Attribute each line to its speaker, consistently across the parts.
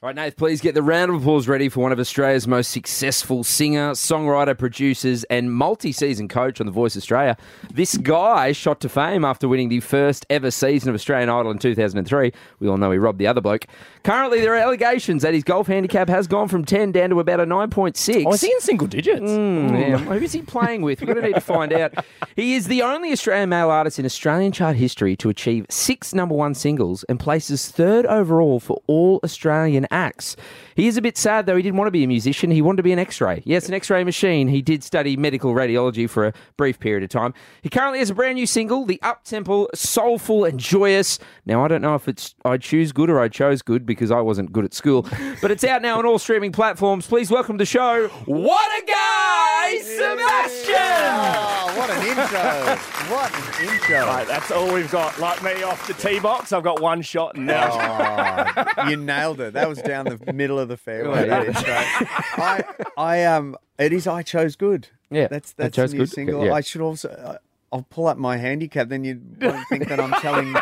Speaker 1: All right, Nath, please get the round of applause ready for one of Australia's most successful singer, songwriter, producers, and multi season coach on The Voice Australia. This guy shot to fame after winning the first ever season of Australian Idol in 2003. We all know he robbed the other bloke. Currently, there are allegations that his golf handicap has gone from 10 down to about a 9.6.
Speaker 2: Oh, is he in single digits?
Speaker 1: Mm, yeah. Who is he playing with? We're going to need to find out. He is the only Australian male artist in Australian chart history to achieve six number one singles and places third overall for all Australian acts. He is a bit sad, though. He didn't want to be a musician. He wanted to be an x ray. Yes, an x ray machine. He did study medical radiology for a brief period of time. He currently has a brand new single, The Up Temple, soulful and joyous. Now, I don't know if it's I choose good or I chose good because I wasn't good at school, but it's out now on all streaming platforms. Please welcome to the show. What a guy, Sebastian!
Speaker 3: Oh, what an intro! what an intro!
Speaker 2: Right, that's all we've got. Like me off the tee box, I've got one shot and now.
Speaker 3: Oh, you nailed it. That was down the middle of the fairway. That intro. I, I um, it is. I chose good.
Speaker 1: Yeah,
Speaker 3: that's
Speaker 1: I
Speaker 3: that's
Speaker 1: chose
Speaker 3: a new
Speaker 1: good.
Speaker 3: single.
Speaker 1: Yeah.
Speaker 3: I should also. I I'll pull up my handicap. Then you won't think that I'm telling.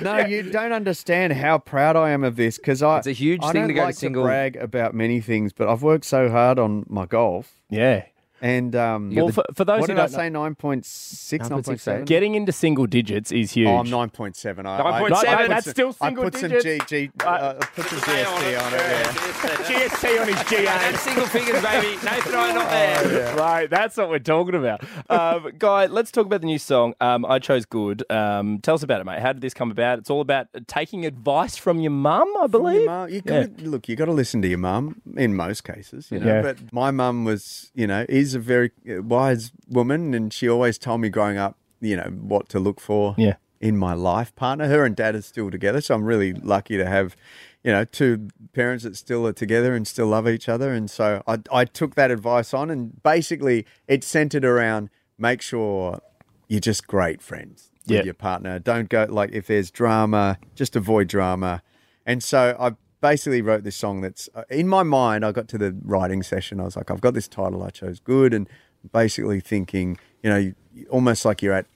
Speaker 3: No, you don't understand how proud I am of this because I.
Speaker 1: It's a huge
Speaker 3: I
Speaker 1: thing
Speaker 3: don't
Speaker 1: to go
Speaker 3: like
Speaker 1: single.
Speaker 3: To brag about many things, but I've worked so hard on my golf,
Speaker 2: Yeah.
Speaker 3: and um,
Speaker 2: Well, for, for those
Speaker 3: what
Speaker 2: who
Speaker 3: did I
Speaker 2: don't
Speaker 3: say? Nine point six, nine point
Speaker 1: 9.6, eh?
Speaker 3: seven.
Speaker 2: getting into single digits is huge.
Speaker 3: Oh, I'm 9.7. I, I-
Speaker 1: 9.7,
Speaker 3: I put
Speaker 2: that's
Speaker 3: some-
Speaker 2: still single
Speaker 3: I put some
Speaker 2: digits.
Speaker 3: GG, uh,
Speaker 2: Uh,
Speaker 3: I put some GST on it. Yeah.
Speaker 2: GST on his GA.
Speaker 1: Single figures, baby. Nathan and I are not there.
Speaker 2: Right, that's what we're talking about. Um, Guy, let's talk about the new song. Um, I chose good. Um, tell us about it, mate. How did this come about? It's all about taking advice from your mum, I
Speaker 3: From your
Speaker 2: believe.
Speaker 3: mum. You gotta, Look, you got to listen to your mum in most cases. You know?
Speaker 2: Yeah.
Speaker 3: But my mum was, you know, is a very uh, wise woman, and she always told me growing up, you know, what to look for
Speaker 2: Yeah.
Speaker 3: in my life partner. Her and dad are still together, so I'm really lucky to have, you know, two parents that still are together and still love each other. And so I, I took that advice on, and basically it centered around make sure you're just great friends with
Speaker 2: Yeah.
Speaker 3: your partner. Don't go like if there's drama, just avoid drama. And so I basically wrote this song that's uh, in my mind. I got to the writing session. I was like, I've got this title I chose good, and basically thinking, you know, you- you- almost like you're at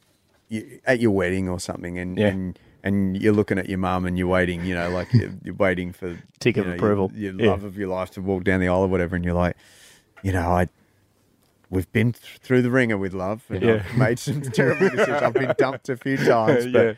Speaker 3: you, at your wedding or something, and
Speaker 2: Yeah.
Speaker 3: and and you're looking at your mum and you're waiting, you know, like you're, you're waiting for
Speaker 2: Tick
Speaker 3: you
Speaker 2: of
Speaker 3: know,
Speaker 2: approval.
Speaker 3: your, your
Speaker 2: Yeah.
Speaker 3: love of your life to walk down the aisle or whatever, and you're like, you know, I we've been th- through the ringer with love and
Speaker 2: Yeah.
Speaker 3: I've made some terrible decisions. I've been dumped a few times, but
Speaker 2: Yeah.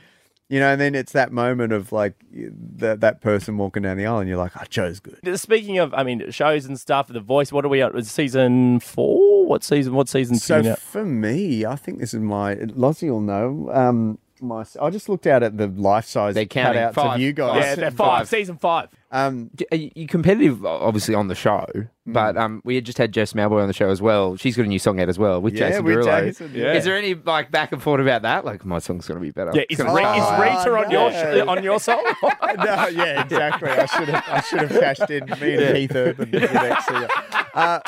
Speaker 3: you know, and then it's that moment of like that that person walking down the aisle, and you're like, I chose good.
Speaker 2: Speaking of, I mean, shows and stuff, The Voice, what are we at? Is it season four? What season? What season's
Speaker 3: So
Speaker 2: coming out?
Speaker 3: for me, I think this is my Lozzie will know. Um, my I just looked out at the life size
Speaker 1: They're counting.
Speaker 3: cutouts
Speaker 1: Five.
Speaker 3: of you guys.
Speaker 2: Yeah, they're five, season five.
Speaker 3: Um,
Speaker 1: Are you you competitive, o- obviously, on the show,
Speaker 3: Hmm.
Speaker 1: but um, we had just had Jess Malboy on the show as well. She's got a new song out as well with
Speaker 3: Yeah,
Speaker 1: Jason
Speaker 3: with
Speaker 1: Derulo.
Speaker 3: Jason,
Speaker 2: yeah.
Speaker 1: Is there any like back and forth about that? Like my song's gonna be better.
Speaker 2: Yeah, is,
Speaker 1: It's gonna
Speaker 2: Re-
Speaker 1: be
Speaker 2: is
Speaker 1: better.
Speaker 2: Rita
Speaker 3: Ah,
Speaker 2: Oh, on your
Speaker 3: no.
Speaker 2: on your song?
Speaker 3: no, yeah, exactly. I should have I should have cashed in. Me and Keith Urban. with Exeter. Uh,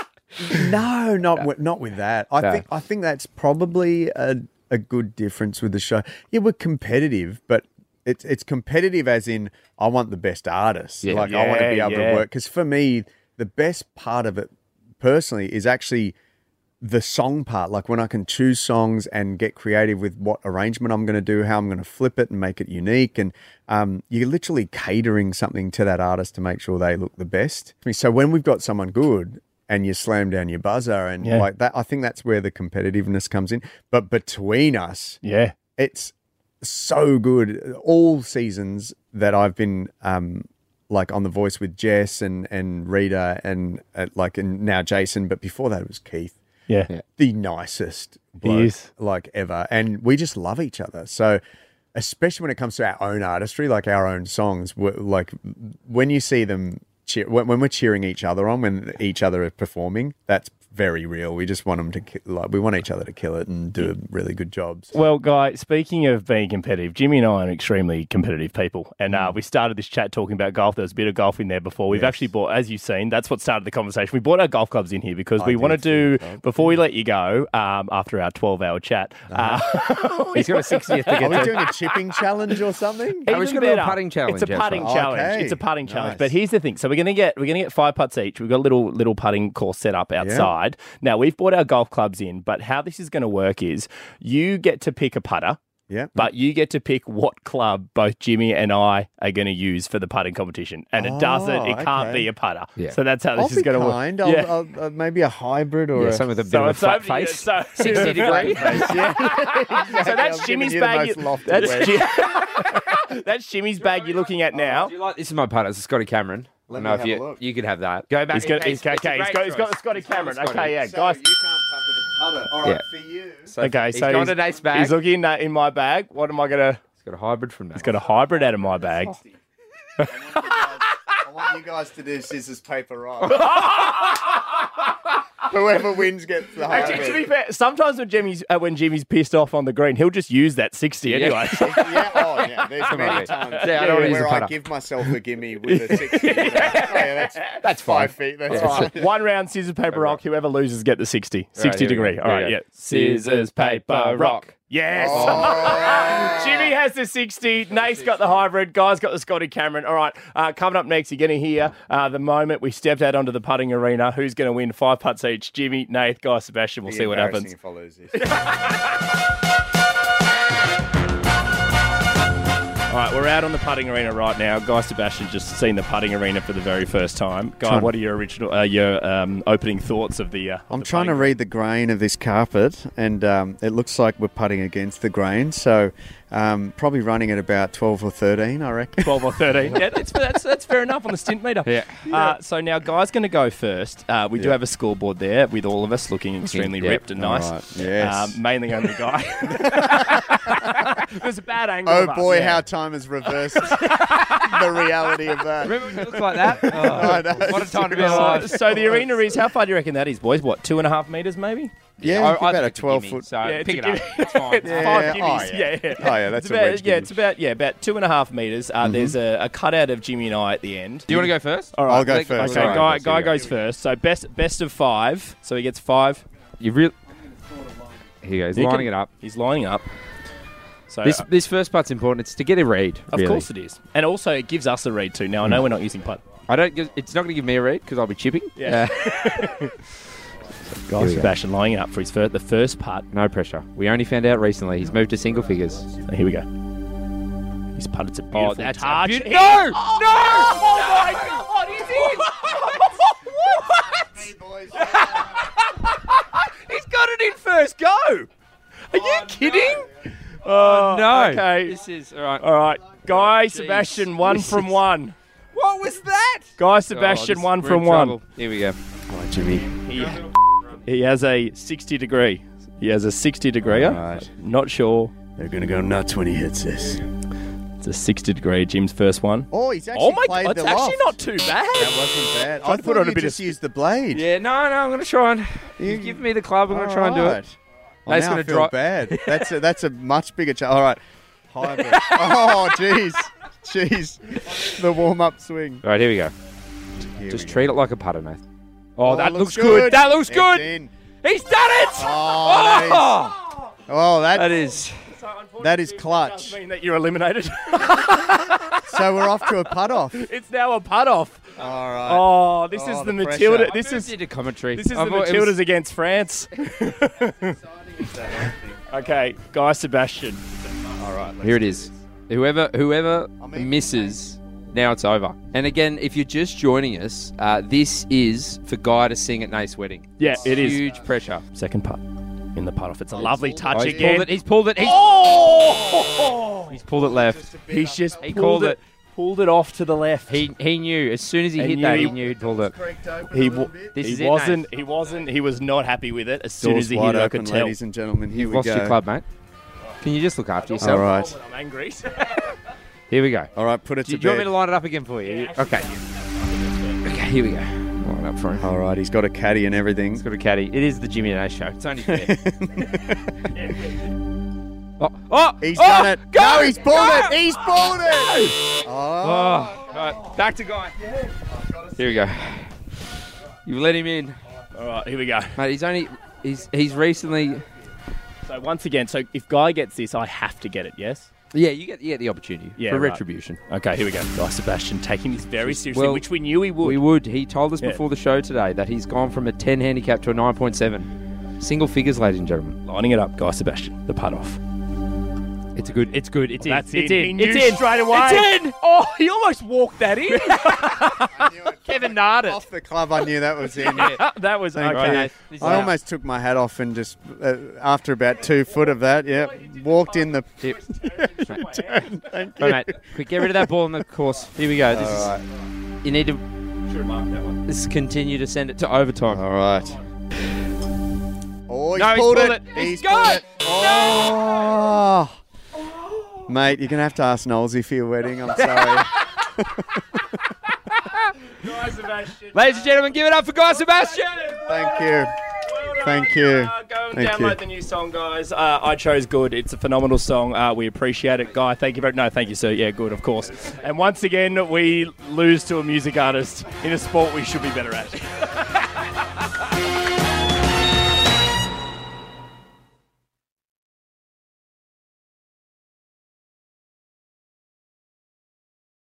Speaker 3: no, not with, not with that. I
Speaker 1: No.
Speaker 3: think I think that's probably a a good difference with the show. Yeah, we're competitive, but. It's, it's competitive as in I want the best artists.
Speaker 1: Yeah.
Speaker 3: like I want to
Speaker 2: Yeah,
Speaker 3: be able
Speaker 2: yeah.
Speaker 3: to work because for me the best part of it personally is actually the song part, like when I can choose songs and get creative with what arrangement I'm going to do, how I'm going to flip it and make it unique. And um, you're literally catering something to that artist to make sure they look the best. I mean, So when we've got someone good and you slam down your buzzer and
Speaker 2: Yeah.
Speaker 3: like that, I think that's where the competitiveness comes in. But between us,
Speaker 2: yeah.
Speaker 3: it's so good all seasons that I've been um like on the voice with Jess and and Rita and uh, like and now Jason but before that it was Keith
Speaker 2: Yeah.
Speaker 3: the nicest bloke,
Speaker 2: is.
Speaker 3: like ever and we just love each other so especially when it comes to our own artistry like our own songs we're- like when you see them cheer, when, when we're cheering each other on when each other are performing that's very real we just want them to ki- like we want each other to kill it and do a really good job so.
Speaker 2: Well, Guy, speaking of being competitive, Jimmy and I are extremely competitive people. And uh, we started this chat talking about golf. There was a bit of golf in there before. We've actually bought, as you've seen, that's what started the conversation. We bought our golf clubs in here because we
Speaker 3: did
Speaker 2: want
Speaker 3: see
Speaker 2: to
Speaker 3: the
Speaker 2: do, before we let you go, um, after our 12 hour chat, uh,
Speaker 1: He's got a 60th to
Speaker 3: Are
Speaker 1: get
Speaker 3: we
Speaker 1: to.
Speaker 3: doing a chipping challenge or something?
Speaker 1: Hey, we
Speaker 2: Even
Speaker 1: should do a
Speaker 2: better.
Speaker 1: putting challenge
Speaker 2: It's a
Speaker 1: as
Speaker 2: putting
Speaker 3: well.
Speaker 2: challenge.
Speaker 3: Okay.
Speaker 2: It's a putting challenge.
Speaker 3: Nice.
Speaker 2: But here's the thing. So we're gonna get we're gonna get five putts each. We've got a little little putting course set up outside. Now we've brought our golf clubs in, but how this is gonna work is you get to pick a putter.
Speaker 3: Yeah.
Speaker 2: But you get to pick what club both Jimmy and I are going to use for the putting competition. And it doesn't,
Speaker 3: Oh,
Speaker 2: it can't
Speaker 3: okay.
Speaker 2: be a putter.
Speaker 1: Yeah.
Speaker 2: So that's how
Speaker 3: I'll
Speaker 2: this
Speaker 3: be
Speaker 2: is going to work.
Speaker 3: kind. I'll,
Speaker 2: Yeah.
Speaker 3: I'll, uh, maybe a hybrid or
Speaker 1: Yeah,
Speaker 3: a
Speaker 1: something with a bit
Speaker 2: so
Speaker 1: of a
Speaker 2: it's
Speaker 1: flat
Speaker 2: over
Speaker 1: face.
Speaker 2: So,
Speaker 1: 60 degree.
Speaker 2: so that's Jimmy's bag. you- That's, Ji- that's Jimmy's bag you're looking at now.
Speaker 1: Do you like this? Is my putter? It's Scotty Cameron.
Speaker 3: Let
Speaker 1: I
Speaker 3: me
Speaker 1: know if
Speaker 3: have
Speaker 1: you
Speaker 3: a look.
Speaker 1: you could have that. Go back.
Speaker 2: He's got,
Speaker 1: It's-
Speaker 2: he's,
Speaker 1: it's a
Speaker 2: okay, he's
Speaker 1: great
Speaker 2: got, he's got
Speaker 1: choice.
Speaker 2: Scotty
Speaker 1: got
Speaker 2: Cameron.
Speaker 1: Scotty.
Speaker 2: Okay, yeah, guys.
Speaker 3: All
Speaker 1: right,
Speaker 3: right,
Speaker 1: Yeah.
Speaker 3: for you.
Speaker 1: So
Speaker 2: Okay,
Speaker 1: he's
Speaker 2: so
Speaker 1: gone
Speaker 2: he's,
Speaker 1: to Nate's bag.
Speaker 2: he's looking uh, in my bag. What am I gonna?
Speaker 1: He's got a hybrid from Nate.
Speaker 2: Got a hybrid out of my bag.
Speaker 3: I want you guys to do scissors, paper, rock. Whoever wins gets the
Speaker 2: Actually, to be
Speaker 3: hybrid.
Speaker 2: fair, sometimes when Jimmy's uh, when Jimmy's pissed off on the green, he'll just use that sixty anyway.
Speaker 3: yeah, oh, yeah. There's
Speaker 1: on,
Speaker 3: many
Speaker 1: mate.
Speaker 3: times
Speaker 1: Yeah, I don't wanna use
Speaker 3: where
Speaker 1: the putter.
Speaker 3: I give myself a gimme with a 60. you know. Oh, yeah, that's, that's five feet. That's fine.
Speaker 2: One round, scissors, paper, rock. Whoever loses get the 60. 60
Speaker 1: here we go.
Speaker 2: degree.
Speaker 1: Here
Speaker 2: All
Speaker 1: we
Speaker 2: right,
Speaker 1: go.
Speaker 2: yeah. Scissors, paper, rock. Yes. Jimmy has the 60. Nate's got the hybrid. Guy's got the Scotty Cameron. All right, uh, coming up next, you're going to hear uh, the moment we stepped out onto the putting arena. Who's going to win? Five putts each. Jimmy, Nate, Guy, Sebastian. We'll see what
Speaker 3: Embarrassing
Speaker 2: happens.
Speaker 3: if I lose this.
Speaker 2: All right, we're out on the putting arena right now. Guy Sebastian just seen the putting arena for the very first time. Guy,
Speaker 3: Trying-
Speaker 2: what are your original, uh, your um, opening thoughts of the? Uh,
Speaker 3: I'm
Speaker 2: the
Speaker 3: trying to
Speaker 2: putting-
Speaker 3: read the grain of this carpet, and um, it looks like we're putting against the grain. So, um, probably running at about 12 or 13, I reckon.
Speaker 2: 12 or 13. yeah, that's, that's, that's fair enough on the stint meter.
Speaker 1: Yeah.
Speaker 2: Uh, so now Guy's going to go first. Uh, we do have a scoreboard there with all of us looking extremely
Speaker 1: Yeah.
Speaker 2: ripped and
Speaker 3: All
Speaker 2: nice.
Speaker 3: right. Yes.
Speaker 2: Um, mainly only Guy. it was a bad angle.
Speaker 3: Oh
Speaker 2: of us.
Speaker 3: boy,
Speaker 2: Yeah.
Speaker 3: how time has reversed the reality of that.
Speaker 1: Remember when it looks like that? Oh,
Speaker 3: I know.
Speaker 1: what a time to be
Speaker 2: So,
Speaker 1: alive.
Speaker 2: so the arena is, how far do you reckon that is, boys? What, two and a half metres maybe?
Speaker 3: Yeah,
Speaker 1: I- I
Speaker 3: I,
Speaker 1: think
Speaker 3: about a
Speaker 1: it's a
Speaker 3: 12
Speaker 1: gimme,
Speaker 3: foot.
Speaker 1: So
Speaker 2: Yeah,
Speaker 1: pick it
Speaker 2: it's
Speaker 1: up.
Speaker 2: a gimme.
Speaker 1: It's fine.
Speaker 2: It's
Speaker 3: Yeah.
Speaker 2: five
Speaker 3: Oh,
Speaker 2: gimmies.
Speaker 3: yeah.
Speaker 2: yeah. yeah.
Speaker 3: Oh, yeah, that's
Speaker 2: It's
Speaker 3: a
Speaker 2: about,
Speaker 3: wedge Mm-hmm.
Speaker 2: yeah,
Speaker 3: gimme.
Speaker 2: it's about yeah, about two and a half meters. Uh, There's a, a cutout of Jimmy and I at the end.
Speaker 1: Do you want to go first?
Speaker 2: All
Speaker 3: I'll go
Speaker 1: Like-
Speaker 3: first.
Speaker 2: Okay,
Speaker 1: All right,
Speaker 2: guy,
Speaker 1: let's
Speaker 2: guy
Speaker 1: go.
Speaker 2: goes first. So best best of five. So he gets five.
Speaker 1: You really. Here he goes,
Speaker 2: You
Speaker 1: lining
Speaker 2: can-
Speaker 1: it up.
Speaker 2: He's lining up. So
Speaker 1: This
Speaker 2: uh,
Speaker 1: this first part's important. It's to get a read.
Speaker 2: of
Speaker 1: really. Hmm.
Speaker 2: course it is, and also it gives us a read too. Now I know we're not using putt.
Speaker 1: I don't. Give, it's not going to give me a read because I'll be chipping. Uh,
Speaker 2: Yeah.
Speaker 1: Here
Speaker 2: Guy
Speaker 1: we go.
Speaker 2: Sebastian lining up for his first, the first putt.
Speaker 1: No pressure. We only found out recently he's moved to single figures.
Speaker 2: So here we go. He's putted Oh, a beautiful
Speaker 1: Oh, that's a
Speaker 2: touch.
Speaker 1: beaut-
Speaker 2: He-
Speaker 1: No!
Speaker 2: Oh my God! He's in! what? He's got it in first go. Are you kidding? Oh,
Speaker 1: No.
Speaker 2: Okay. Oh,
Speaker 1: This is all right.
Speaker 2: All right, Guy
Speaker 1: Jeez.
Speaker 2: Sebastian, one from
Speaker 1: This is-
Speaker 2: one.
Speaker 1: What was that?
Speaker 2: Guy
Speaker 1: Sebastian,
Speaker 2: Sebastian, one from one.
Speaker 1: Here we go.
Speaker 2: He, he has a 60 degree. He has a 60 degree.
Speaker 3: right.
Speaker 2: Not sure.
Speaker 3: They're going to go nuts when he hits this.
Speaker 2: It's a 60 degree. Jim's first one.
Speaker 3: Oh, he's actually
Speaker 2: Oh my
Speaker 3: played
Speaker 2: god, it's
Speaker 3: the
Speaker 2: actually
Speaker 3: loft.
Speaker 2: not too bad.
Speaker 3: That wasn't
Speaker 2: Tried
Speaker 3: bad. I
Speaker 2: to
Speaker 3: thought
Speaker 2: put
Speaker 3: put
Speaker 2: on
Speaker 3: on
Speaker 2: a
Speaker 3: you
Speaker 2: bit of
Speaker 3: just used the blade.
Speaker 1: Yeah, no, no, I'm going to try and. You
Speaker 3: You-
Speaker 1: give me the club. I'm going to try and do it.
Speaker 3: Oh,
Speaker 1: Nate's
Speaker 3: now
Speaker 1: gonna
Speaker 3: I feel
Speaker 1: drop-
Speaker 3: bad. That's a, that's a much bigger challenge. All right. Hybrid. oh, jeez. Jeez. The warm-up swing.
Speaker 1: All right, here we go.
Speaker 3: Here
Speaker 1: Just
Speaker 3: we go.
Speaker 1: treat it like a putter, Nath. Oh,
Speaker 3: Oh,
Speaker 1: that looks, good. That looks
Speaker 3: It's
Speaker 1: good.
Speaker 3: in.
Speaker 1: He's done it.
Speaker 3: Oh, nice.
Speaker 1: Oh,
Speaker 3: Oh, that,
Speaker 1: that is.
Speaker 3: That is clutch.
Speaker 2: mean that you're eliminated.
Speaker 3: So we're off to a putt off.
Speaker 2: it's now a putt off.
Speaker 3: All right.
Speaker 2: Oh, this is
Speaker 3: Oh,
Speaker 2: the
Speaker 3: the pressure.
Speaker 2: Matilda.
Speaker 3: I
Speaker 2: This is
Speaker 1: into commentary.
Speaker 2: this is
Speaker 1: I
Speaker 2: the
Speaker 1: thought it
Speaker 2: Matildas
Speaker 1: was-
Speaker 2: against France. okay, Guy Sebastian.
Speaker 3: All right. let's
Speaker 1: Here it is. Whoever whoever
Speaker 3: mean-
Speaker 1: misses, now it's over. And again, if you're just joining us, uh, this is for Guy to sing at Nate's wedding.
Speaker 2: Yeah, it is.
Speaker 1: Huge pressure.
Speaker 2: Second putt in the putt off. It's a lovely touch
Speaker 1: Oh, he's
Speaker 2: again.
Speaker 1: pulled it. He's pulled it. He's,
Speaker 2: oh!
Speaker 1: he's pulled it left.
Speaker 2: He's just
Speaker 1: He
Speaker 2: pulled
Speaker 1: called
Speaker 2: it,
Speaker 1: it.
Speaker 2: pulled it off to the left.
Speaker 1: He he knew as soon as he
Speaker 2: And
Speaker 1: hit
Speaker 2: you-
Speaker 1: that, he knew he'd pulled it.
Speaker 3: Creaked open
Speaker 2: he
Speaker 3: a little
Speaker 2: wa-
Speaker 3: bit.
Speaker 1: This
Speaker 2: he
Speaker 1: is it, mate.
Speaker 2: wasn't. He wasn't. He was not happy with it. As soon
Speaker 3: Doors
Speaker 2: as he
Speaker 3: wide
Speaker 2: hit it, I
Speaker 3: open,
Speaker 2: could tell.
Speaker 3: ladies and gentlemen. Here
Speaker 1: You've
Speaker 3: we
Speaker 1: lost
Speaker 3: go.
Speaker 1: your club, mate. Can you just look after
Speaker 3: All
Speaker 1: yourself?
Speaker 3: right.
Speaker 2: I'm angry.
Speaker 1: Here we go.
Speaker 3: All right. Put it
Speaker 1: Do you,
Speaker 3: to
Speaker 1: do you want me
Speaker 3: bed.
Speaker 1: to line it up again for you? okay. Okay, here we go. Line it up for him.
Speaker 3: All right. He's got a caddy and
Speaker 1: It's
Speaker 3: everything.
Speaker 1: got a caddy. It is the Jimmy and A show. It's only fair. oh, oh,
Speaker 3: He's
Speaker 1: oh,
Speaker 3: done it.
Speaker 1: Go,
Speaker 3: no, he's pulled
Speaker 1: go.
Speaker 3: it. He's pulled it.
Speaker 1: Oh,
Speaker 3: Oh.
Speaker 1: right, back to guy. Here we go. You've let him in,
Speaker 2: All right, here we go.
Speaker 1: mate. He's only he's he's recently.
Speaker 2: So once again, so if Guy gets this, I have to get it. Yes.
Speaker 1: Yeah, you get you get the opportunity
Speaker 2: Yeah,
Speaker 1: for
Speaker 2: right.
Speaker 1: retribution.
Speaker 2: Okay, here we go. Guy Sebastian taking this very seriously,
Speaker 1: Well,
Speaker 2: which we knew he would.
Speaker 1: We would. He told us
Speaker 2: Yeah.
Speaker 1: before the show today that he's gone from a ten handicap to a nine point seven. Single figures, ladies and gentlemen.
Speaker 2: Lining it up, Guy Sebastian. The putt off.
Speaker 1: It's a good. It's good. It's in.
Speaker 2: That's
Speaker 1: it's
Speaker 2: in.
Speaker 1: in.
Speaker 2: He
Speaker 1: It's
Speaker 2: knew
Speaker 1: in.
Speaker 2: straight away.
Speaker 1: It's in.
Speaker 2: Oh, he almost walked that in.
Speaker 4: Kevin Nardin.
Speaker 3: Off the club, I knew that was in.
Speaker 2: that was
Speaker 3: Thank
Speaker 2: okay.
Speaker 3: you. I almost took my hat off and just, uh, after about two foot of that, yeah, walked in the. Thank you.
Speaker 1: All right, mate. Quick, get rid of that ball on the course. Here we go. This is.
Speaker 3: All right.
Speaker 1: You need to. This continue to send it to overtime.
Speaker 3: All right. Oh, he's
Speaker 1: No, he's
Speaker 3: pulled,
Speaker 1: pulled
Speaker 3: it.
Speaker 1: it. He's
Speaker 3: pulled
Speaker 1: got it.
Speaker 3: Oh. Mate, you're going to have to ask Nolsey for your wedding. I'm sorry.
Speaker 1: Ladies and gentlemen, give it up for Guy Sebastian.
Speaker 3: Thank you. Thank you.
Speaker 2: Uh, go and
Speaker 3: Thank
Speaker 2: download
Speaker 3: you.
Speaker 2: the new song, guys. Uh, I chose good. It's a phenomenal song. Uh, we appreciate it, Guy. Thank you very No, thank you, sir. Yeah, good, of course. And once again, we lose to a music artist in a sport we should be better at.